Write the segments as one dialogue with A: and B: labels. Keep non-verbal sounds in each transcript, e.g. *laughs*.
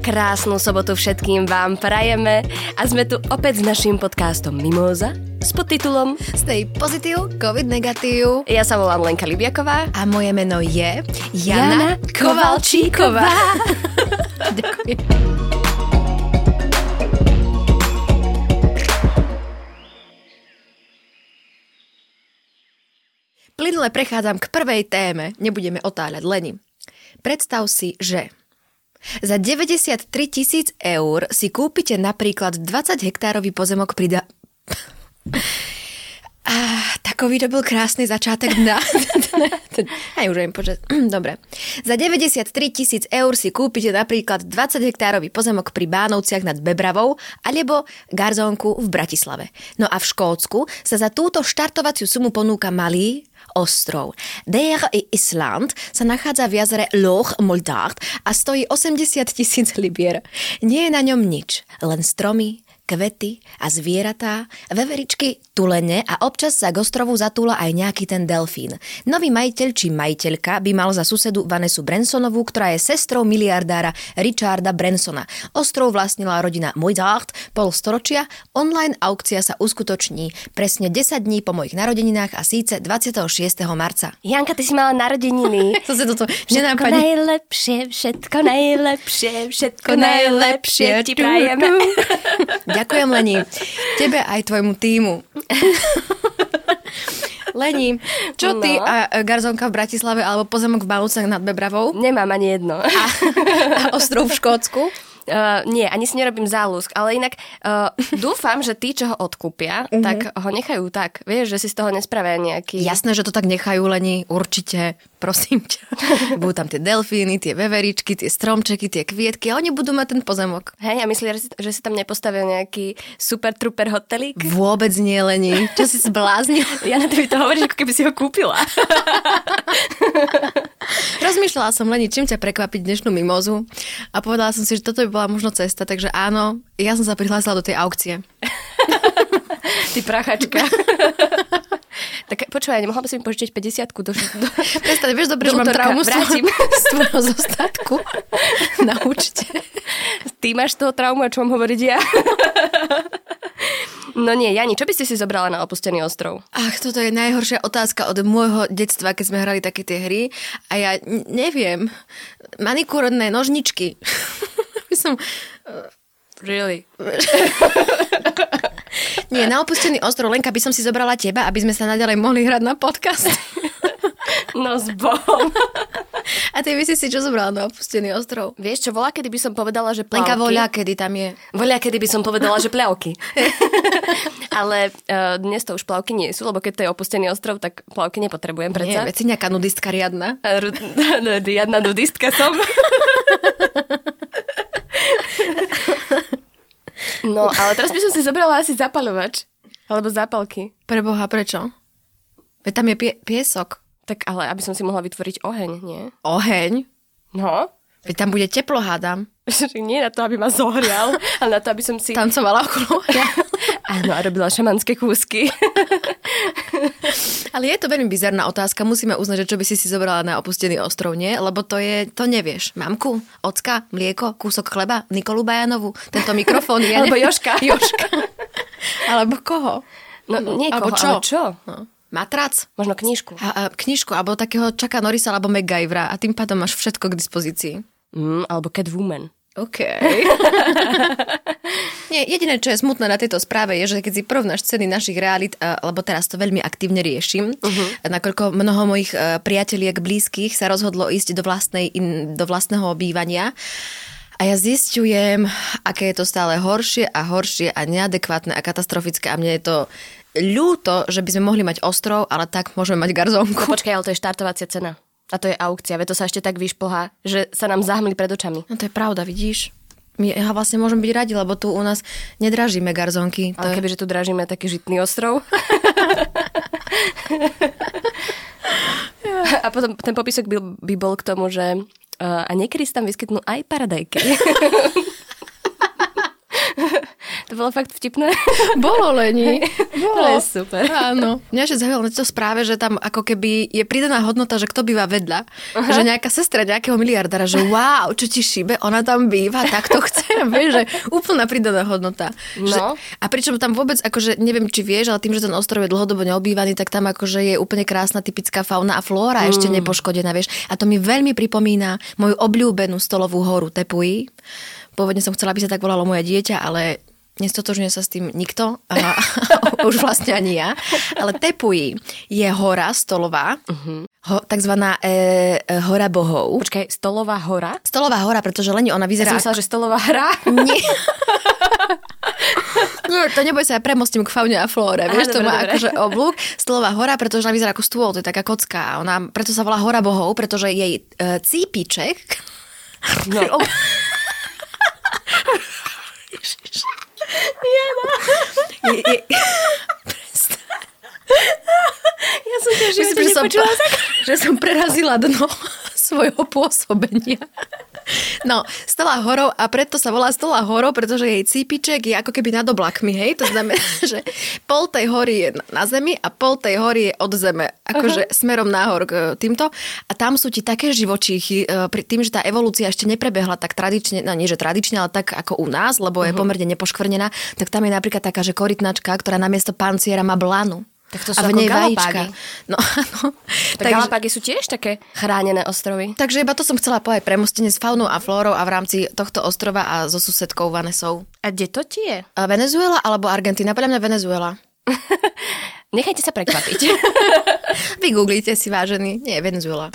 A: krásnu sobotu všetkým vám prajeme a sme tu opäť s našim podcastom Mimoza s podtitulom
B: Stay pozitív, COVID negatív.
A: Ja sa volám Lenka Libiaková.
B: A moje meno je Jana, Kovalčíková. Ďakujem. Plynule prechádzam k prvej téme, nebudeme otáľať Leni. Predstav si, že za 93 tisíc eur si kúpite napríklad 20 hektárový pozemok pri... Da- Ah, takový to byl krásny začátek dňa. *laughs* Aj už im *clears throat* počas. Dobre. Za 93 tisíc eur si kúpite napríklad 20 hektárový pozemok pri Bánovciach nad Bebravou alebo Garzónku v Bratislave. No a v Škótsku sa za túto štartovaciu sumu ponúka malý, ostrov. Der i Island sa nachádza v jazere Loch Moldart a stojí 80 tisíc libier. Nie je na ňom nič, len stromy, kvety a zvieratá, veveričky, tulene a občas sa k ostrovu zatúla aj nejaký ten delfín. Nový majiteľ či majiteľka by mal za susedu Vanesu Bransonovú, ktorá je sestrou miliardára Richarda Bransona. Ostrov vlastnila rodina Moidart pol storočia, online aukcia sa uskutoční presne 10 dní po mojich narodeninách a síce 26. marca.
A: Janka, ty si mala
B: *laughs*
A: narodeniny.
B: To sa toto
A: Všetko
B: nenápadne.
A: najlepšie, všetko najlepšie, všetko najlepšie ti prajeme.
B: Ďakujem, Leni. Tebe aj tvojmu týmu. Leni, čo ty
A: No.
B: a e, garzonka v Bratislave alebo pozemok v Bálovcach nad Bebravou
A: *laughs* Nemám ani jedno.
B: a, a ostrov v Škótsku?
A: *laughs* Uh, nie, ani si nerobím záľusk, ale inak uh, dúfam, že tí, čo ho odkúpia,
B: Mhm.
A: tak ho nechajú tak. Vieš, že si z toho nespravia nejaký...
B: Jasné, že to tak nechajú, Leni, určite, prosím ťa. Budú tam tie delfíny, tie veveričky, tie stromčeky, tie kvietky a oni budú mať ten pozemok.
A: Hej, a myslíš, že si- že si tam nepostavil nejaký super trooper hotelík?
B: Vôbec nie, Leni. Čo si zbláznil?
A: *laughs* Ja na to by to hovoríš, ako keby si ho kúpila.
B: Rozmýšľala som len čím ťa prekvapiť dnešnú mimozu a povedala som si, že toto by bola možno cesta, takže áno, ja som sa prihlásila do tej aukcie.
A: *laughs* Ty *laughs* prachačka. tak počúvaj, nemohla by si mi požičať 50 do, do...
B: Prestaň, vieš dobre, že
A: Do
B: mám
A: útorka
B: traumu z tvojho- *laughs*
A: vrátim.
B: z tvojho zostatku
A: *laughs*
B: na účte.
A: Ty máš z toho traumu, a čo mám hovoriť ja? *laughs* no nie, Jani, čo by si si zobrala na opustený ostrov?
B: Ach, toto je najhoršia otázka od môjho detstva, keď sme hrali také tie hry a ja n- neviem. Manikúrne nožničky. *laughs* By som...
A: Really?
B: Nie, na opustený ostrov, Lenka, by som si zobrala teba, aby sme sa naďalej mohli hrať na *laughs* podcast.
A: No s Bohom.
B: A ty by si si čo zobrala na opustený ostrov?
A: Vieš čo, volá, kedy by som povedala, že plavky.
B: Lenka voľa, kedy tam je.
A: Voľa, kedy by som povedala, že
B: *laughs*
A: plavky. Ale uh, dnes to už plavky nie sú, lebo keď to je opustený ostrov, tak plavky nepotrebujem
B: Nie,
A: predsa.
B: veď si nejaká nudistka riadna.
A: Ru- *laughs* Riadna nudistka
B: *laughs*
A: som. No, ale teraz by som si zobrala asi zapaľovač. Alebo zápalky.
B: Preboha, prečo? Veď tam je pie- piesok.
A: Tak ale, aby som si mohla vytvoriť oheň, nie?
B: Oheň.
A: No.
B: Veď tam bude teplo, hádam.
A: Že Nie na to, aby ma zohrial, ale na to, aby som si...
B: Tancovala okolo.
A: Áno, a robila šamanské kúsky.
B: Ale je to veľmi bizarná otázka. Musíme uznať, že čo by si si zobrala na opustený ostrov, nie? Lebo to je, to nevieš. Mamku, ocka, mlieko, kúsok chleba, Nikolu Bajanovu, tento mikrofón. Ja
A: Alebo
B: *laughs* neviem.
A: Jožka.
B: Jožka. Alebo koho?
A: No, niekoho,
B: alebo čo?
A: ale čo?
B: No. Matrac.
A: Možno knižku.
B: A, a knižku, alebo takého Čaka Norisa, alebo MacGyvera. A tým pádom máš všetko k dispozícii.
A: Mm, alebo Catwoman.
B: OK. *laughs* Nie, jediné, čo je smutné na tejto správe, je, že keď si porovnáš ceny našich realít, eh, lebo teraz to veľmi aktívne riešim, uh-huh. nakoľko mnoho mojich eh, priateliek blízkych sa rozhodlo ísť do, vlastnej, in, do vlastného bývania, a ja zistujem, aké je to stále horšie a horšie a neadekvátne a katastrofické. A mne je to ľúto, že by sme mohli mať ostrov, ale tak môžeme mať garzónku.
A: No počkaj, ale to je štartovacia cena. A to je aukcia, veď to sa ešte tak vyšplhá, že sa nám zahmli pred očami.
B: No to je pravda, vidíš? My ja vlastne môžem byť radi, lebo tu u nás nedražíme garzonky. To
A: Ale
B: je...
A: keby, že tu dražíme taký žitný *laughs* ostrov. a potom ten popisok by, by bol k tomu, že uh, a niekedy sa tam vyskytnú aj paradajky. *laughs* to bolo fakt vtipné.
B: *laughs* Bolo, Leni.
A: To
B: Bolo.
A: je super.
B: Áno. Mňa ešte zaujalo na to správe, že tam ako keby je pridaná hodnota, že kto býva vedľa. Uh-huh. Že nejaká sestra nejakého miliardára, že wow, čo ti šíbe, ona tam býva, tak to chcem. *laughs* Vieš, že úplná pridaná hodnota.
A: No.
B: Že, a pričom tam vôbec, akože neviem, či vieš, ale tým, že ten ostrov je dlhodobo neobývaný, tak tam akože je úplne krásna typická fauna a flóra mm. ešte nepoškodená, vieš. A to mi veľmi pripomína moju obľúbenú stolovú horu Tepuji. Pôvodne som chcela, aby sa tak volalo moje dieťa, ale nestotožňuje sa s tým nikto, a, *laughs* už vlastne ani ja, ale Tepuji je hora stolová, uh-huh.
A: Mhm.
B: ho, takzvaná e, e, hora bohov.
A: Počkaj, stolová hora?
B: Stolová hora, pretože Leni, ona
A: Ja
B: vyzerá...
A: som myslela, že stolová hra.
B: Nie. *laughs* No, to neboj sa, ja premostím k faune a flóre.
A: Aha,
B: Vieš, to
A: dobre,
B: má
A: dobre.
B: akože oblúk. Stolová hora, pretože ona vyzerá ako stôl, to je taká kocka. a Ona, preto sa volá hora bohov, pretože jej e, cípiček... *laughs*
A: *laughs* No.
B: Je, je,
A: Ja som to v
B: Myslím,
A: živote
B: že som,
A: nepočula.
B: *laughs* že som prerazila dno *laughs* svojho pôsobenia. No, stola horou a preto sa volá stola horou, pretože jej cípiček je ako keby nad oblakmi, hej? To znamená, *laughs* že pol tej hory je na- na zemi a pol tej hory je od zeme, akože uh-huh. smerom nahor k e, týmto. A tam sú ti také živočíchy, e, pri tým, že tá evolúcia ešte neprebehla tak tradične, no nie že tradične, ale tak ako u nás, lebo je pomerne nepoškvrnená, tak tam je napríklad taká, že korytnačka, ktorá namiesto panciera má blanu.
A: Tak to sú
B: a v
A: ako
B: nej
A: Galapágy.
B: vajíčka. No *laughs* áno.
A: Tak Takže... Galapágy sú tiež také chránené ostrovy.
B: takže iba to som chcela povedať premostenie s faunou a flórou a v rámci tohto ostrova a so susedkou Vanesou.
A: A kde to tie?
B: A Venezuela alebo Argentina? Podľa mňa Venezuela.
A: Nechajte sa prekvapiť.
B: *laughs*
A: *laughs*
B: Vygooglite si, vážený. Nie, *laughs* Venezuela.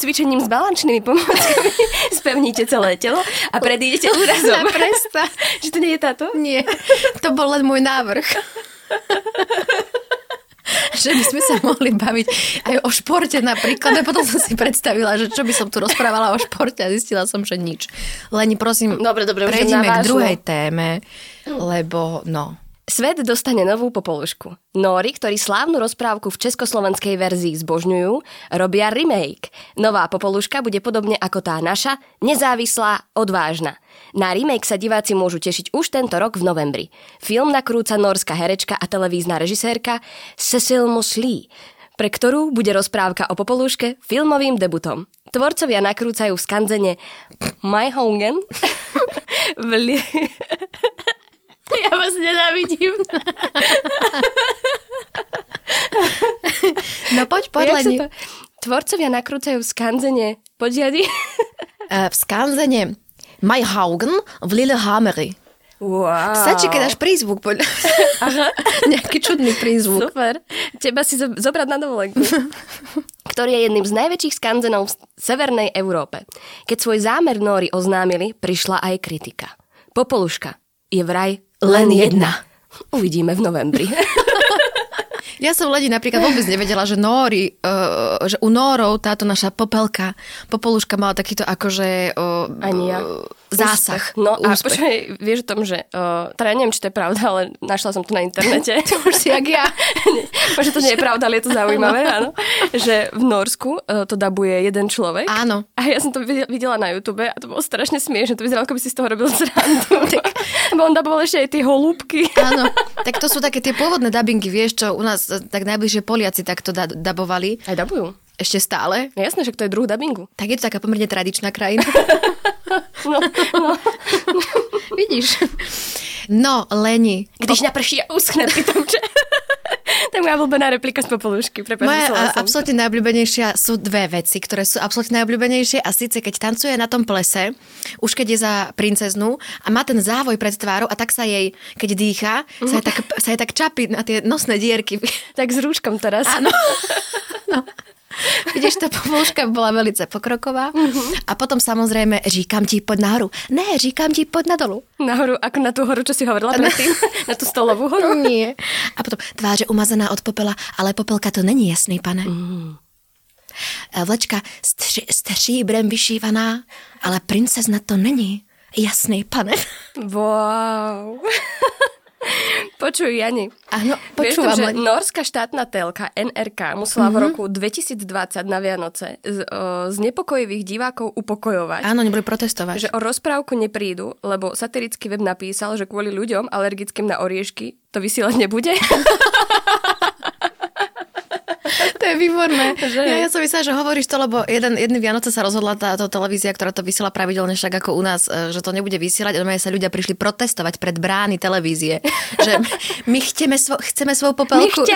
A: Cvičením s balančnými pomockami *laughs* spevníte celé telo a predídete
B: *laughs*
A: úrazom.
B: prestať.
A: Že to nie je táto?
B: Nie, to bol len môj návrh. *laughs* že by sme sa mohli baviť aj o športe napríklad. A potom som si predstavila, že čo by som tu rozprávala o športe a zistila som, že nič. Len prosím,
A: Dobre, dobre, už
B: prejdime
A: na
B: k
A: vážnu.
B: druhej téme, lebo no.
A: Svet dostane novú popolušku. Nóri, ktorí slávnu rozprávku v československej verzii zbožňujú, robia remake. Nová popoluška bude podobne ako tá naša, nezávislá, odvážna. Na remake sa diváci môžu tešiť už tento rok v novembri. Film nakrúca norská herečka a televízna režisérka Cecil Mosley pre ktorú bude rozprávka o popolúške filmovým debutom. Tvorcovia nakrúcajú v skanzene Maihongen *laughs* v li... Ja vás nenávidím.
B: No poď, poď,
A: Jak sa
B: Leni.
A: to... Tvorcovia nakrúcajú v skanzene podiady.
B: Eh, V skanzene Maihaugen v Lillehammery.
A: Wow.
B: Stačí, keď dáš prízvuk. Poď. *laughs* Nejaký čudný prízvuk.
A: Super. Teba si zo- zobrať na dovolenku. *laughs* ktorý je jedným z najväčších skanzenov v Severnej Európe. Keď svoj zámer Nóri oznámili, prišla aj kritika. Popoluška je vraj len jedna. Uvidíme v *laughs* novembri.
B: Ja som Ledi napríklad vôbec nevedela, že Nóri, uh, že u Nórov táto naša popelka, popoluška mala takýto akože uh,
A: Ani ja.
B: zásah.
A: Úspech. No a
B: Úspech.
A: počkaj, vieš o tom, že... Uh, teda ja neviem, či to je pravda, ale našla som to na internete. *laughs* to už
B: si jak ja.
A: *laughs* Možno to nie je pravda, ale je to zaujímavé, áno. Že v Norsku uh, to dabuje jeden človek.
B: Áno.
A: A ja som to videl- videla na YouTube a to bolo strašne smiešne. To vyzeralo, ako by si z toho robil *laughs* srandu. Bo on daboval ešte aj tie holúbky.
B: Áno, tak to sú také tie pôvodné dubbingy, vieš čo, u nás eh, tak najbližšie Poliaci takto da- dabovali,
A: Aj dabujú.
B: ešte stále.
A: No jasné, že to je druh dabingu.
B: Tak je to taká pomerne tradičná krajina.
A: No, no.
B: Vidíš? No, Leni,
A: *laughs* Když naprší a uschne pri tom, že... *laughs* to je moja obľúbená replika z popolušky. Prepáč,
B: Moje
A: musela
B: a,
A: som.
B: absolútne najobľúbenejšia sú dve veci, ktoré sú absolútne najobľúbenejšie a síce keď tancuje na tom plese, už keď je za princeznú a má ten závoj pred tvárou a tak sa jej, keď dýcha, sa jej tak, sa jej tak čapí na tie nosné dierky.
A: Tak s rúškom teraz.
B: Áno. No. Vidíš, tá pomôžka bola velice pokroková. A potom samozrejme, říkam ti pod nahoru. Ne, říkam ti pod nadolu.
A: Nahoru, ako na tú horu, čo si hovorila predtým? Na tú stolovú horu? *laughs*
B: Nie. A potom tváře umazaná od popela, ale popelka to není jasný, pane. E, Vlečka stři, stříbrem vyšívaná, ale princezna to není. Jasný, pane.
A: Wow. *laughs* Počuj, Jani.
B: Áno,
A: Počúvam, Mhm.
B: počúvam
A: že
B: len.
A: norská štátna telka NRK musela v roku 2020 na Vianoce z, o, z nepokojivých divákov upokojovať.
B: Áno, nebudú protestovať.
A: že o rozprávku neprídu, lebo satirický web napísal, že kvôli ľuďom alergickým na oriešky to vysielať *laughs* nebude.
B: To je výborné.
A: Že?
B: Ja, ja som myslela, že hovoríš to, lebo jeden, jedný Vianoce sa rozhodla táto televízia, ktorá to vysiela pravidelne však ako u nás, e, že to nebude vysielať. A normálne sa ľudia prišli protestovať pred brány *laughs* televízie. Že my chceme, svo, chceme svoju popelku.
A: *laughs*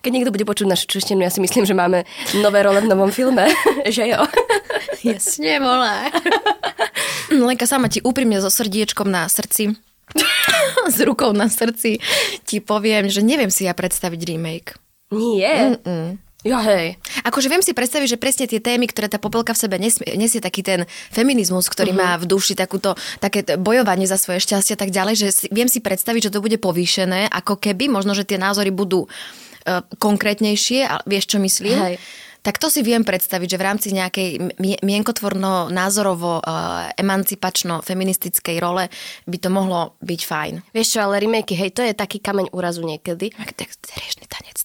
A: Keď niekto bude počuť našu češtinu, ja si myslím, že máme nové role v novom filme. *laughs* že jo?
B: *laughs* Jasne, volá. *laughs* Lenka sama ti úprimne so srdiečkom na srdci *laughs* s rukou na srdci ti poviem, že neviem si ja predstaviť remake.
A: Nie.
B: Mm.
A: Jo, hej.
B: Akože viem si predstaviť, že presne tie témy, ktoré tá popolka v sebe nesmie, nesie taký ten feminizmus, ktorý má v duši takúto, také t- bojovanie za svoje šťastie a tak ďalej, že si, viem si predstaviť, že to bude povýšené, ako keby, možno, že tie názory budú e, konkrétnejšie, a vieš, čo myslím?
A: Hej.
B: Tak to si viem predstaviť, že v rámci nejakej mie- mienkotvorno-názorovo, e, emancipačno-feministickej role by to mohlo byť fajn.
A: Vieš čo, ale remakey, hej, to je taký kameň úrazu niekedy.
B: Tak, tak riešny tanec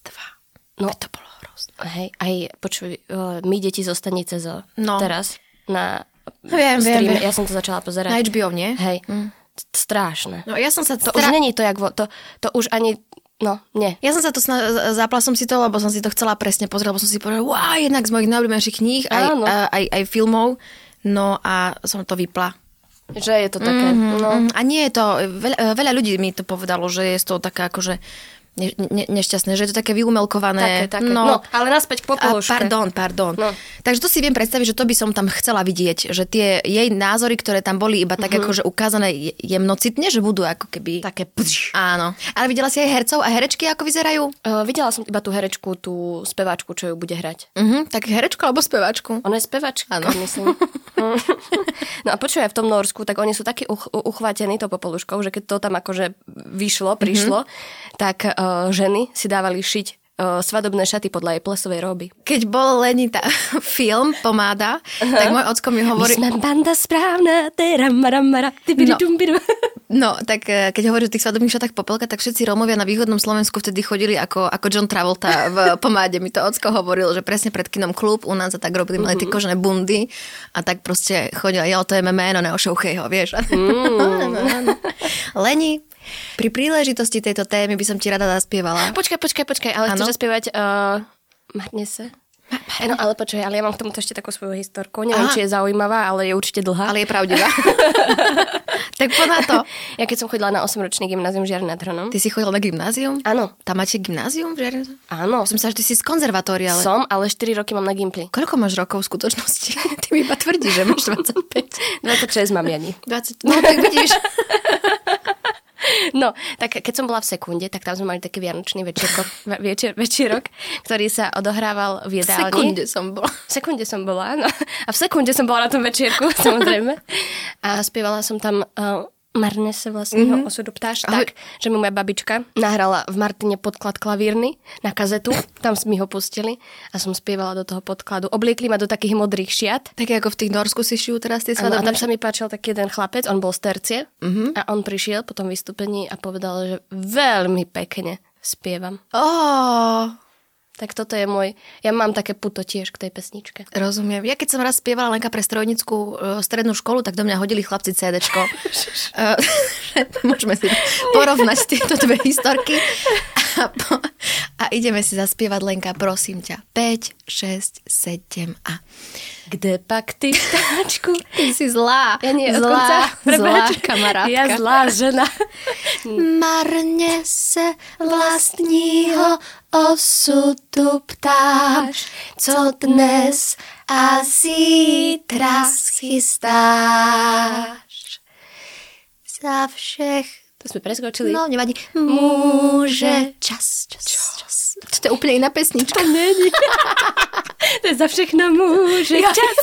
B: 2.
A: No.
B: No. To bolo hrozné.
A: Hej, aj počuj, eh, my deti zo stanice zo
B: No.
A: teraz na
B: Viem, viem,
A: streame.
B: viem.
A: Ja som to začala pozerať.
B: Na HBO, nie? Mm.
A: Hej, St- strašné.
B: No ja som sa
A: To už není to, jak vo, to, to už ani, no, nie.
B: Ja som sa to sna- zapla som si to, lebo som si to chcela presne pozrieť, lebo som si povedala, wow, jednak z mojich najobľúbenejších kníh aj,
A: Áno.
B: a- aj, aj filmov. No a som to vypla.
A: Že je to také, no.
B: Mm, A nie je to, veľa, veľa ľudí mi to povedalo, že je to taká akože ne, ne, nešťastné, že je to také
A: Také,
B: vyumelkované.
A: také. No, ale naspäť k
B: a
A: popoluške.
B: pardon, pardon.
A: No.
B: No. Takže to si viem predstaviť, že to by som tam chcela vidieť, že tie jej názory, ktoré tam boli iba tak akože ukázané je- jemnocitne, že budú ako keby...
A: Mhm. Také pš.
B: Áno. Ale videla si aj hercov a herečky, ako vyzerajú?
A: Uh, videla som iba tú herečku, tú speváčku, čo ju bude hrať.
B: Uh-huh, tak herečku alebo speváčku?
A: Ona je spevačka,
B: Áno.
A: myslím. *laughs* Mm. no a počuj, aj v tom Norsku, tak oni sú takí uch- u- uchvátení to popoluškou, že keď to tam akože vyšlo,
B: Mhm.
A: prišlo, tak uh, ženy si dávali šiť uh, svadobné šaty podľa jej plesovej roby.
B: Keď bol Lenita *laughs* film Pomáda, tak môj ocko mi hovorí... "Oh."
A: My sme banda správna, tera, mara, mara,
B: No. *laughs* No, tak e, keď hovorí o tých svadobných šatách Popelka, tak všetci Rómovia na východnom Slovensku vtedy chodili ako, ako John Travolta v pomáde. Mi to ocko hovoril, že presne pred kinom klub u nás a tak robili, mali tie kožené bundy a tak proste chodila, jo, to je mé jméno, neošouchej ho, no vieš. *laughs* No, Áno, áno. Leni, pri príležitosti tejto témy by som ti rada zaspievala.
A: Počkaj, počkaj, počkaj, ale
B: Áno.
A: chceš spievať uh,
B: eh,
A: Marne sa? Áno, ale počkaj, ale ja mám k tomuto ešte takú svoju historku. Neviem,
B: Aha.
A: či je zaujímavá, ale je určite dlhá.
B: Ale je pravdivá. *laughs* tak poď na to.
A: Ja keď som chodila na 8-ročný gymnázium Žiar nad Hronom.
B: Ty si chodila na gymnázium?
A: Áno,
B: Tam máte gymnázium v Žiarine?
A: áno.
B: Som sa, že ty si z konzervatória, ale...
A: Som, ale 4 roky mám na Gimply.
B: Koľko máš rokov v skutočnosti? *laughs* Ty mi iba tvrdí, že máš 25.
A: 26
B: *laughs*
A: mám Jani.
B: 20. No, tak *laughs* vidíš.
A: No, tak keď som bola v sekunde, tak tam sme mali taký vianočný večierko, večer, večierok, ktorý sa odohrával v
B: V
A: jedálni.
B: sekunde som bola.
A: V sekunde som bola, áno. A v sekunde som bola na tom večierku, *laughs* samozrejme. A spievala som tam uh, Marne sa vlastného mm-hmm. osudu ptáš.
B: Ahoj.
A: Tak, že mi moja babička nahrala v Martine podklad klavírny na kazetu. Tam mi ho pustili a som spievala do toho podkladu. Obliekli ma do takých modrých šiat.
B: Také ako v tých Norsku si šijú teraz tie
A: Áno, a
B: svadobné.
A: tam sa mi páčil taký jeden chlapec, on bol z Tercie uh-huh. a on prišiel po tom vystúpení a povedal, že veľmi pekne spievam.
B: Oh,
A: Tak toto je môj, ja mám také puto tiež k tej pesničke.
B: rozumiem. Ja keď som raz spievala Lenka pre strojnickú e, strednú školu, tak do mňa hodili chlapci *laughs* CDčko. E, *laughs* Môžeme si porovnať tieto dve historky. A, po, a ideme si zaspievať Lenka, prosím ťa. 5, 6, 7 a...
A: Kde pak ty, *laughs* vtáčku?
B: Ty si zlá.
A: Ja nie, od konca.
B: zlá, zlá
A: Prepáč.
B: kamarátka.
A: Ja zlá žena.
B: Marne se vlastního osudu ptáš, co dnes a zítra chystáš. Za všech
A: To sme preskočili.
B: No, nevadí. Môže čas, čas, čas. To je úplne iná pesnička.
A: není. to je za všechno môže ja. čas.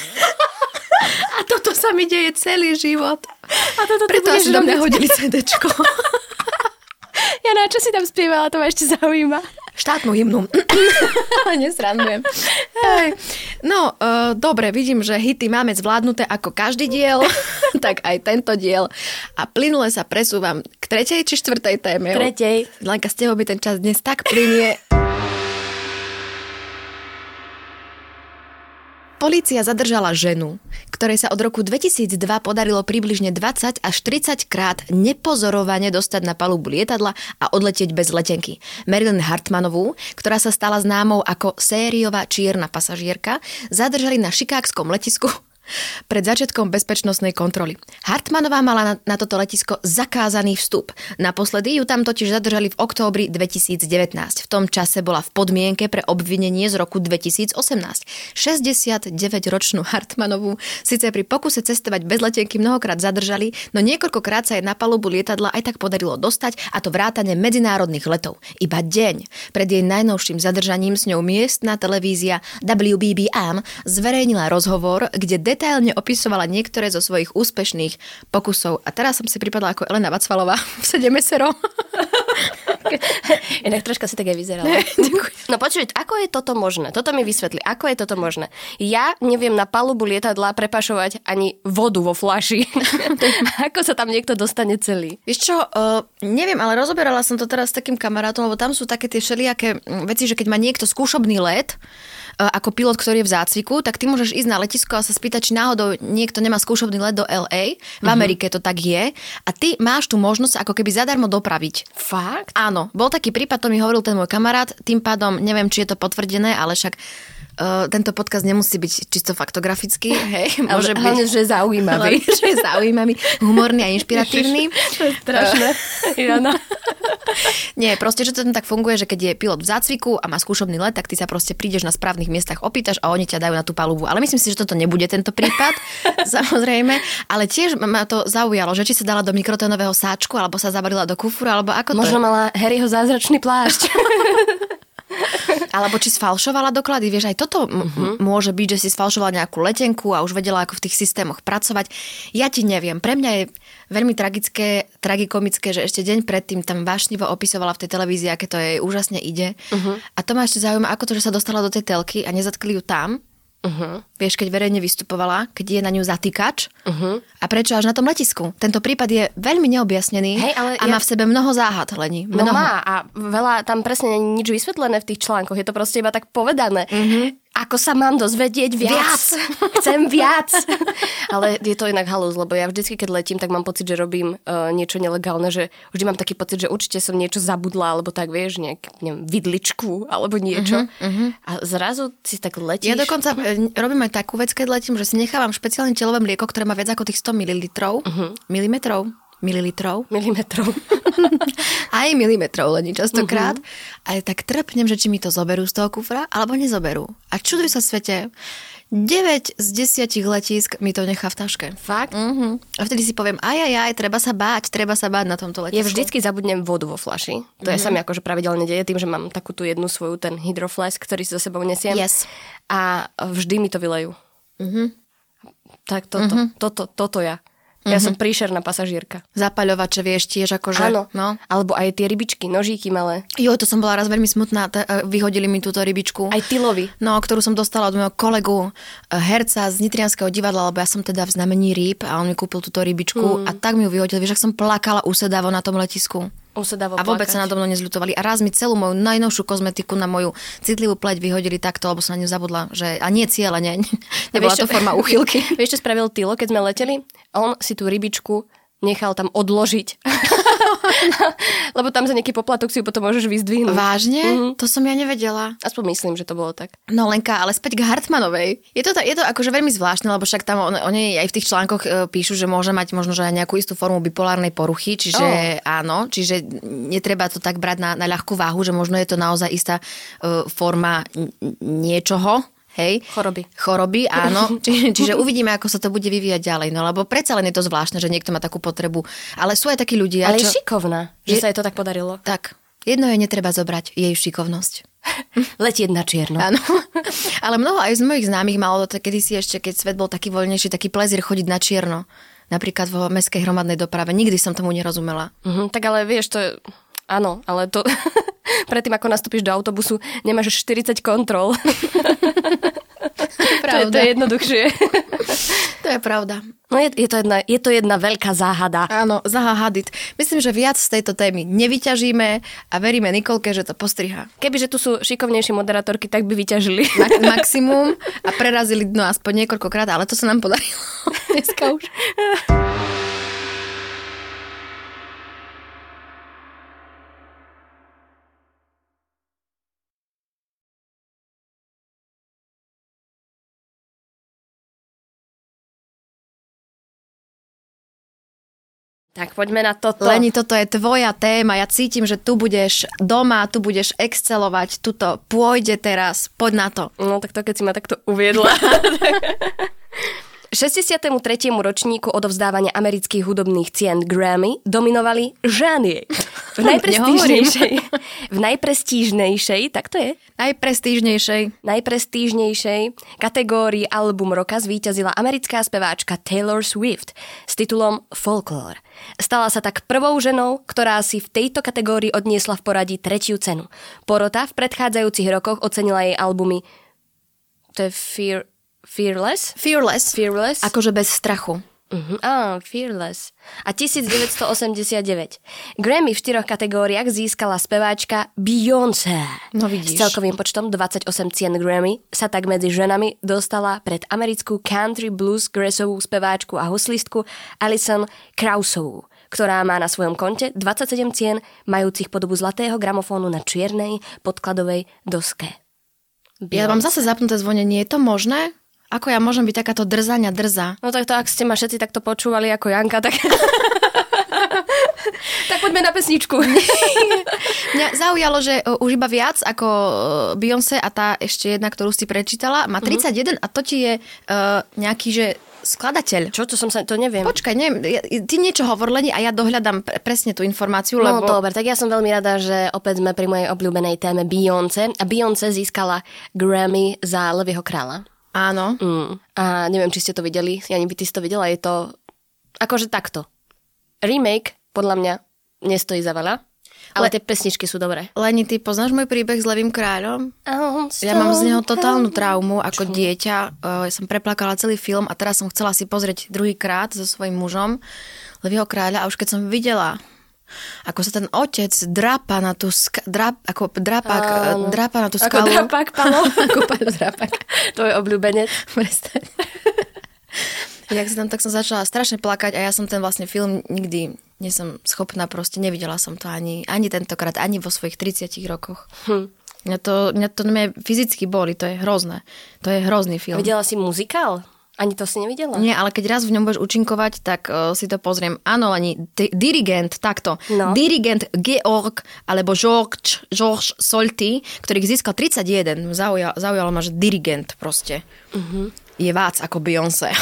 B: *laughs* A toto sa mi deje celý život.
A: A toto ty
B: Preto
A: budeš
B: asi do mňa
A: robiť.
B: hodili
A: *laughs*
B: CDčko.
A: *laughs* Ja na čo si tam
B: *laughs*
A: spievala, to ma ešte zaujíma.
B: Štátnu hymnu. Nesrandujem. Hej. No, uh, dobre, vidím, že hity máme zvládnuté ako každý diel, *laughs* tak aj tento diel. A plynule sa presúvam k tretej či štvrtej téme.
A: Tretej. *laughs*
B: Lenka, z teho by ten čas dnes tak plinie. Polícia zadržala ženu, ktorej sa od roku 2002 podarilo približne 20 až 30 krát nepozorovane dostať na palubu lietadla a odletieť bez letenky. Marilyn Hartmanovú, ktorá sa stala známou ako sériová čierna pasažierka, zadržali na šikákskom letisku pred začiatkom bezpečnostnej kontroly. Hartmanová mala na, na toto letisko zakázaný vstup. Naposledy ju tam totiž zadržali v októbri 2019. V tom čase bola v podmienke pre obvinenie z roku 2018. 69-ročnú Hartmanovú síce pri pokuse cestovať bez letenky mnohokrát zadržali, no niekoľkokrát sa jej na palubu lietadla aj tak podarilo dostať, a to vrátane medzinárodných letov. Iba deň pred jej najnovším zadržaním s ňou miestna televízia WBBM zverejnila rozhovor, kde detailne opisovala niektoré zo svojich úspešných pokusov. A teraz som si pripadla ako Elena Vacvalová v 7 mesero.
A: Inak troška si tak aj vyzerala. *laughs* no počuj, ako je toto možné? Toto mi vysvetli. Ako je toto možné? Ja neviem na palubu lietadla prepašovať ani vodu vo *laughs* flaši. ako sa tam niekto dostane celý?
B: Vieš čo, uh, neviem, ale rozoberala som to teraz s takým kamarátom, lebo tam sú také tie všelijaké mm, veci, že keď má niekto skúšobný let, uh, ako pilot, ktorý je v zácviku, tak ty môžeš ísť na letisko a sa spýtať, či náhodou niekto nemá skúšobný let do LA. V
A: Mhm.
B: Amerike to tak je. A ty máš tú možnosť ako keby zadarmo dopraviť.
A: Fakt?
B: Áno, bol taký prípad, to mi hovoril ten môj kamarát, tým pádom neviem, či je to potvrdené, ale však uh, tento podcast nemusí byť čisto faktografický, *laughs* hej, môže byť... *laughs*
A: Hlavne, že je zaujímavý.
B: Hlavne, že je zaujímavý, humorný a inšpiratívny.
A: To je strašné. *laughs* Jana.
B: Nie, proste, že to tam tak funguje, že keď je pilot v zácviku a má skúšobný let, tak ty sa proste prídeš na správnych miestach, opýtaš a oni ťa dajú na tú palubu. Ale myslím si, že toto nebude tento prípad, samozrejme. Ale tiež ma to zaujalo, že či sa dala do mikrotonového sáčku, alebo sa zabalila do kufru, alebo ako to...
A: Možno mala Harryho zázračný plášť.
B: Alebo či sfalšovala doklady, vieš, aj toto
A: Mhm.
B: m- m- môže byť, že si sfalšovala nejakú letenku a už vedela, ako v tých systémoch pracovať. Ja ti neviem, pre mňa je veľmi tragické, tragikomické, že ešte deň predtým tam vášnivo opisovala v tej televízii, aké to jej úžasne ide.
A: Mhm.
B: Uh-huh. A to ma ešte zaujíma, ako to, že sa dostala do tej telky a nezatkli ju tam. Uh-huh.
A: Mhm.
B: Vieš, keď verejne vystupovala, keď je na ňu zatýkač. Uh-huh.
A: Mhm.
B: A prečo až na tom letisku? Tento prípad je veľmi neobjasnený
A: Hej, ale
B: a
A: ja-
B: má v sebe mnoho záhad, Leni.
A: No
B: Mnoho.
A: má a veľa tam presne není nič vysvetlené v tých článkoch. Je to proste iba tak povedané. Mm-hmm. Ako sa mám dozvedieť viac?
B: Mhm. Viac.
A: *laughs* Chcem viac. Ale je to inak halus, lebo ja vždycky, keď letím, tak mám pocit, že robím uh, niečo nelegálne, že vždy mám taký pocit, že určite som niečo zabudla, alebo tak, vieš, nejak, neviem, vidličku, alebo niečo. A zrazu si tak letíš.
B: Mhm, Ja dokonca e, robím aj takú vec, keď letím, že si nechávam špeciálne telové mlieko, ktoré má viac ako tých 100 ml, uh-huh. milimetrov, mililitrov, *laughs*
A: Milimetrov.
B: aj milimetrov len častokrát. Uh-huh. A ja tak trpnem, že či mi to zoberú z toho kufra, alebo nezoberú. A čuduj sa svete, 9 z 10 letísk mi to nechá v taške.
A: Fakt?
B: Uh-huh. A vtedy si poviem, aj, aj, aj, treba sa báť, treba sa báť na tomto letisku.
A: Ja vždycky zabudnem vodu vo flaši. To
B: Mhm.
A: mm-hmm. ja sa mi akože pravidelne deje tým, že mám takú tú jednu svoju, ten hydroflask, ktorý si so sebou nesiem.
B: Yes. Mhm.
A: A vždy mi to vylejú. Mm-hmm. Tak toto, mm-hmm. toto, toto ja. Ja
B: Mhm.
A: som príšerná pasažierka.
B: Zapaľovače vieš tiež akože.
A: Áno.
B: No.
A: Alebo aj tie rybičky, nožíky malé.
B: Jo, to som bola raz veľmi smutná, t- e, vyhodili mi túto rybičku.
A: Aj tylovy.
B: No, ktorú som dostala od môjho kolegu, e, herca z Nitrianského divadla, lebo ja som teda v znamení rýb a on mi kúpil túto rybičku mm. a tak mi ju vyhodil, vieš, ak som plakala usedavo na tom letisku.
A: On sa dáva
B: A vôbec sa nado mnou nezľutovali. A raz mi celú moju najnovšiu kozmetiku na moju citlivú pleť vyhodili takto, lebo som na ňu zabudla. Že... A nie *laughs* cieľene. Nebola
A: vieš,
B: to
A: čo- *laughs*
B: forma uchylky.
A: Vieš, čo spravil Tylo, keď sme leteli? On si tú rybičku nechal tam odložiť. *laughs* Lebo tam za nejaký poplatok si ju potom môžeš vyzdvihnúť.
B: Vážne?
A: Mhm.
B: Mm-hmm. To som ja nevedela.
A: Aspoň myslím, že to bolo tak.
B: No Lenka, ale späť k Hartmanovej. Je to, ta- je to akože veľmi zvláštne, lebo však tam on, oni aj v tých článkoch e, píšu, že môže mať možno že aj nejakú istú formu bipolárnej poruchy, čiže oh. áno, čiže netreba to tak brať na, na ľahkú váhu, že možno je to naozaj istá e, forma n- n- niečoho, hej?
A: Choroby.
B: Choroby, áno. *laughs* Či, čiže uvidíme, ako sa to bude vyvíjať ďalej. No lebo predsa len je to zvláštne, že niekto má takú potrebu. Ale sú aj takí ľudia,
A: Ale je
B: čo...
A: šikovná, že
B: Je-
A: sa jej to tak podarilo.
B: Tak, jedno je netreba zobrať, jej šikovnosť.
A: *laughs* Letieť na čierno.
B: Áno. *laughs* Ale mnoho aj z mojich známych malo to kedysi ešte, keď svet bol taký voľnejší, taký plezír chodiť na čierno. Napríklad vo mestskej hromadnej doprave. Nikdy som tomu nerozumela.
A: Mhm, tak ale vieš, to je... Áno, ale to... *laughs* Predtým, ako nastúpiš do autobusu, nemáš už 40 kontrol. *laughs* *laughs* To je, to je *laughs* jednoduchšie.
B: to je pravda.
A: No je, je, to jedna, je to jedna veľká záhada.
B: Áno, Zaha Hadid. Myslím, že viac z tejto témy nevyťažíme a veríme Nikolke, že to postriha.
A: Kebyže tu sú šikovnejšie moderátorky, tak by vyťažili. *laughs*
B: Mak- maximum a prerazili dno aspoň niekoľkokrát, ale to sa nám
A: *laughs*
B: podarilo *laughs* dneska už.
A: Tak poďme na toto.
B: Leni, toto je tvoja téma. Ja cítim, že tu budeš doma, tu budeš excelovať, tuto pôjde teraz, poď na to.
A: No tak to, keď si ma takto uviedla. 63. ročníku odovzdávania amerických hudobných cien Grammy dominovali ženy. V najprestížnejšej, *laughs* v najprestížnejšej, tak to je,
B: Najprestížnejšej.
A: najprestížnejšej kategórii album roka zvíťazila americká speváčka Taylor Swift s titulom Folklore. Stala sa tak prvou ženou, ktorá si v tejto kategórii odniesla v poradí tretiu cenu. Porota v predchádzajúcich rokoch ocenila jej albumy to je Fear, Fearless?
B: Fearless.
A: Fearless?
B: Akože bez strachu.
A: Uh-huh. Á, Fearless. A 1989. Grammy v štyroch kategóriách získala speváčka Beyoncé.
B: No
A: S
B: vidíš.
A: celkovým počtom 28 cien Grammy sa tak medzi ženami dostala pred americkú country blues grassovú speváčku a huslistku Alison Krausovú ktorá má na svojom konte 27 cien, majúcich podobu zlatého gramofónu na čiernej podkladovej doske.
B: Ja mám zase zapnuté zvonenie, je to možné? Ako ja môžem byť takáto drzania drza?
A: No tak to, ak ste ma všetci takto počúvali ako Janka, *laughs* tak... tak poďme na pesničku. *laughs*
B: Mňa zaujalo, že o, už iba viac ako o, Beyoncé a tá ešte jedna, ktorú si prečítala, má 31 a to ti je uh, nejaký, že skladateľ.
A: Čo, to som sa, to neviem.
B: Počkaj, neviem, ja- ty niečo hovor, Leni, a ja dohľadám pre, presne tú informáciu,
A: No
B: lebo...
A: dobre, tak ja som veľmi rada, že opäť sme pri mojej obľúbenej téme Beyoncé. A Beyoncé získala Grammy za Levieho kráľa.
B: Áno.
A: Mm. A neviem, či ste to videli. Ja neviem, ty si to videla. Je to akože takto. Remake podľa mňa nestojí za veľa. Ale
B: Le-
A: tie pesničky sú dobré.
B: Leni, ty poznáš môj príbeh s Levým kráľom? Ja mám z neho totálnu traumu ako dieťa. Eh, Ja som preplakala celý film a teraz som chcela si pozrieť druhýkrát so svojím mužom Levýho kráľa a už keď som videla ako sa ten otec drapa na tú ska- drap, ako drapak,
A: Áno.
B: Áno. drapa na tú
A: Ako
B: skalu.
A: drapak, *laughs* Palo.
B: ako pán drapak.
A: Tvoj obľúbenec.
B: *laughs* Prestaň. *laughs* Jak sa tam, tak som začala strašne plakať a ja som ten vlastne film nikdy nie som schopná, proste nevidela som to ani, ani tentokrát, ani vo svojich 30 rokoch. Hm. Mňa to, mňa to mňa fyzicky boli, to je hrozné. To je hrozný film.
A: Videla si muzikál? Ani to si nevidela?
B: Nie, ale keď raz v ňom budeš účinkovať, tak uh, si to pozriem. Áno, ani di- dirigent, takto.
A: No.
B: Dirigent Georg alebo George, George Solty, ktorých získal 31. Zauja, zaujalo ma, že dirigent proste.
A: Mhm.
B: Uh-huh. Je vác
A: *laughs*
B: ako Beyoncé.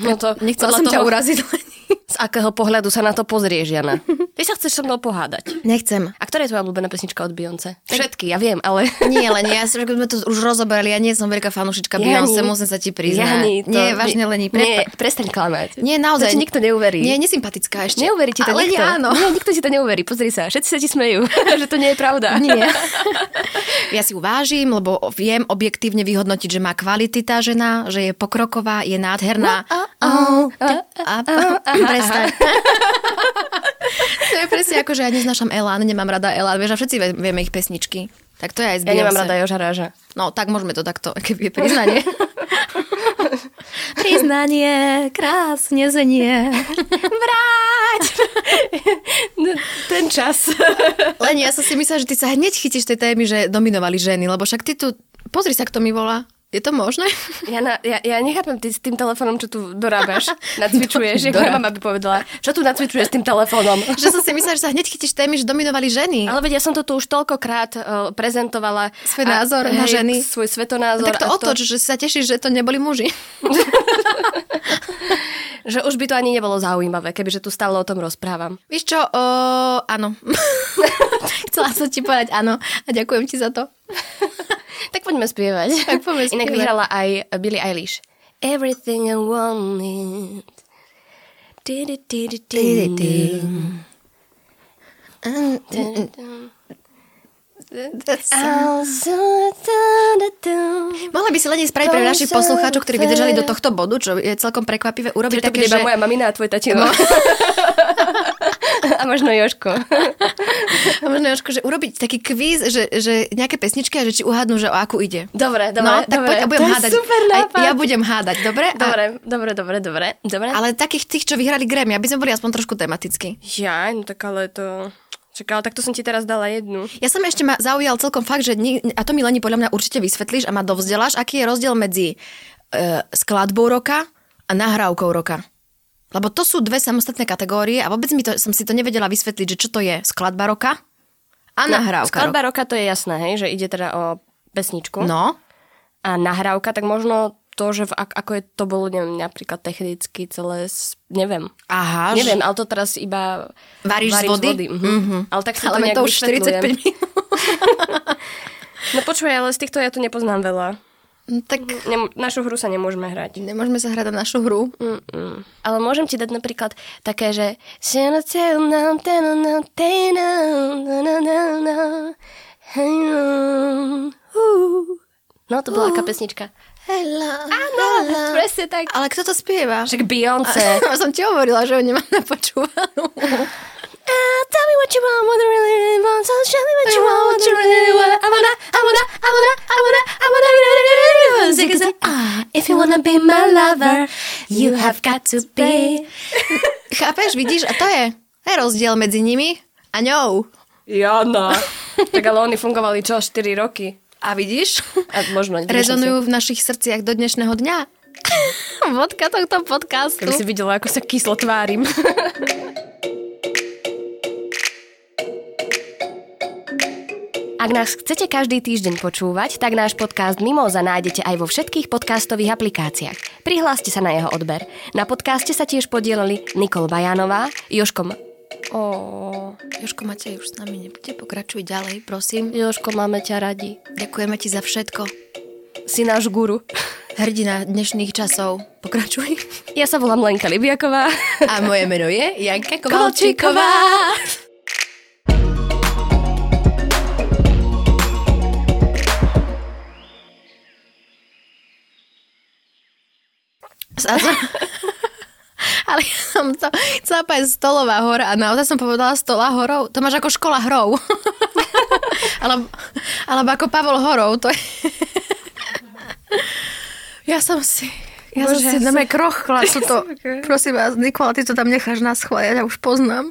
A: No to,
B: Nechcela
A: podľa
B: som ťa
A: toho-
B: uraziť. Leni.
A: Z akého pohľadu sa na to pozrieš, Jana? Ty sa chceš so mnou pohádať.
B: Nechcem.
A: A ktorá je tvoja obľúbená pesnička od Beyoncé? Všetky, ja viem, ale...
B: Nie, Leni, ja si že sme to už rozoberali, ja nie som veľká fanúšička Beyoncé, musím sa ti priznať.
A: Jani, to...
B: nie, vážne, Leni,
A: Nie,
B: prepa-
A: prestaň klamať.
B: nie, naozaj.
A: To ti nikto neuverí.
B: Nie, nesympatická ešte.
A: Neuverí ti to
B: Ale
A: nikto.
B: nie, áno.
A: Nie, nikto ti to neuverí. Pozri sa, všetci sa ti smejú, *laughs* že to nie je pravda.
B: Nie. *laughs* ja si ju vážim, lebo viem objektívne vyhodnotiť, že má kvality tá žena, že je pokroková, je nádherná. No, A- Prestaň. *laughs* To je presne ako, že ja neznášam Elán, nemám rada Elán, vieš, a všetci vie- vieme ich pesničky. Tak to je aj z
A: Ja nemám
B: Beyoncé.
A: rada Joža Ráža.
B: No, tak môžeme to takto, keby je priznanie. *laughs* priznanie, krásne znie.
A: Vráť!
B: No,
A: Ten čas.
B: Len ja som si myslela, že ty sa hneď chytíš tej témy, že dominovali ženy, lebo však ty tu, pozri sa, kto mi volá. Je to *laughs* možné?
A: *laughs* Jana, ja, ja nechápem, ty s tým telefónom, čo tu dorábaš,
B: *laughs*
A: nacvičuješ, ako moja
B: Dorá-
A: mama by povedala, čo tu nacvičuješ s tým telefónom.
B: že som si myslela, že sa hneď chytíš témy, že dominovali ženy.
A: Ale veď ja som to tu už toľkokrát eh, prezentovala.
B: Svoj
A: A-
B: názor na
A: hej,
B: ženy.
A: Svoj svetonázor.
B: tak to
A: a
B: otoč, že sa tešíš, že to neboli muži.
A: Že už by to ani nebolo zaujímavé, kebyže tu stále o tom rozprávam. *laughs*
B: Vieš čo, o, *laughs* áno. Chcela som ti povedať áno a ďakujem ti za to.
A: Tak poďme spievať.
B: Tak poďme
A: *laughs* Inak
B: spievať.
A: vyhrala aj Billie Eilish. Everything I wanted. Di, di, di, di, di.
B: Mohla by si len spraviť pre našich poslucháčov, ktorí vydržali do tohto bodu, čo je celkom prekvapivé, urobiť
A: Čiže to
B: také,
A: bude
B: že...
A: iba moja mamina a tvoj
B: *laughs*
A: tatino. a možno Joško.
B: *laughs* A možno, Jožko, že urobiť taký kvíz, že, že nejaké pesničky a že či uhadnú, že o akú ide.
A: Dobre, dobre,
B: no, tak
A: dobre.
B: poď, ja budem
A: to
B: hádať.
A: je super
B: Aj
A: nápad.
B: Ja budem hádať, dobre? A-
A: Dobre, dobre, dobre, dobre. dobre. Ale...
B: Ale takých tých, čo vyhrali Grammy, aby sme boli aspoň trošku tematickí.
A: Ja, no tak ale to... Čakala, tak to som ti teraz dala jednu.
B: Ja som ešte ma zaujal celkom fakt, že ni- a to mi Leni podľa mňa určite vysvetlíš a ma dovzdeláš, aký je rozdiel medzi e, skladbou roka a nahrávkou roka. Lebo to sú dve samostatné kategórie a vôbec mi to, som si to nevedela vysvetliť, že čo to je skladba roka a
A: No,
B: nahrávka
A: Skladba roka
B: roka.
A: to je jasné, hej, že ide teda o pesničku.
B: No,
A: A nahrávka, tak možno to, že v, ak- ako je to bolo, neviem, napríklad technicky celé, s- neviem.
B: aha. že-
A: Neviem, ale to teraz iba...
B: Varíš z
A: varím
B: vody?
A: Mhm. Ale tak si to,
B: Ale my
A: nejak
B: to už
A: vysvetľujem.
B: 45 minút.
A: No počuj, ale z týchto ja tu nepoznám veľa.
B: *laughs* No, tak
A: Nem- našu hru sa nemôžeme hrať.
B: nemôžeme sa hrať na našu hru.
A: Mm-mm. Ale môžem ti dať napríklad také, že... No, to bola aká pesnička.
B: Hela,
A: Presne tak.
B: Ale kto to spieva?
A: Však Beyoncé.
B: *laughs* som ti hovorila, že ho nemám *laughs* napočúvanú.
A: Ah, tell me what you want, what you really, really want. So show me what you want, what you really want. I wanna, I wanna, I wanna, I wanna, I wanna, I wanna, I wanna, I wanna, zigga zag. Ah, If you wanna be my lover, you have got to be.
B: *laughs* Chápeš, vidíš? A to je, to je rozdiel medzi nimi a ňou.
A: Jana. Tak ale oni fungovali čo, 4 roky?
B: A vidíš?
A: A možno...
B: *laughs* Rezonujú v našich srdciach do dnešného dňa. *laughs* Vodka tohto podcastu.
A: Keby si videla, ako sa kyslo tvárim. Ak nás chcete každý týždeň počúvať, tak náš podcast Mimoza nájdete aj vo všetkých podcastových aplikáciách. Prihláste sa na jeho odber. Na podcaste sa tiež podielali Nikol Bajanová, Joško... M- Ó,
B: Jožko Matej už s nami nebude, pokračuj ďalej, prosím.
A: Joško, máme ťa radi.
B: Ďakujeme ti za všetko.
A: Si náš guru.
B: Hrdina dnešných časov. Pokračuj.
A: Ja sa volám Lenka Libiaková.
B: A moje meno je Janka
A: Kovalčíková.
B: A to- *laughs* Ale ja som to chcela povedať stolová hora a naozaj som povedala stola horou. To máš ako škola hrou. *laughs* alebo, alebo ako Pavol horou. To je... *laughs* ja som si... Ja
A: Bože,
B: som si
A: ja
B: na mňa krochla. Sú
A: *laughs*
B: to,
A: som-
B: prosím vás, Nikola, ty to tam necháš na schvál, ja ťa už poznám.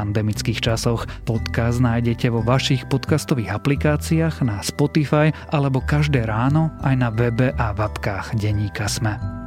C: pandemických časoch. Podcast nájdete vo vašich podcastových aplikáciách na Spotify alebo každé ráno aj na webe a v apkách Deníka Sme.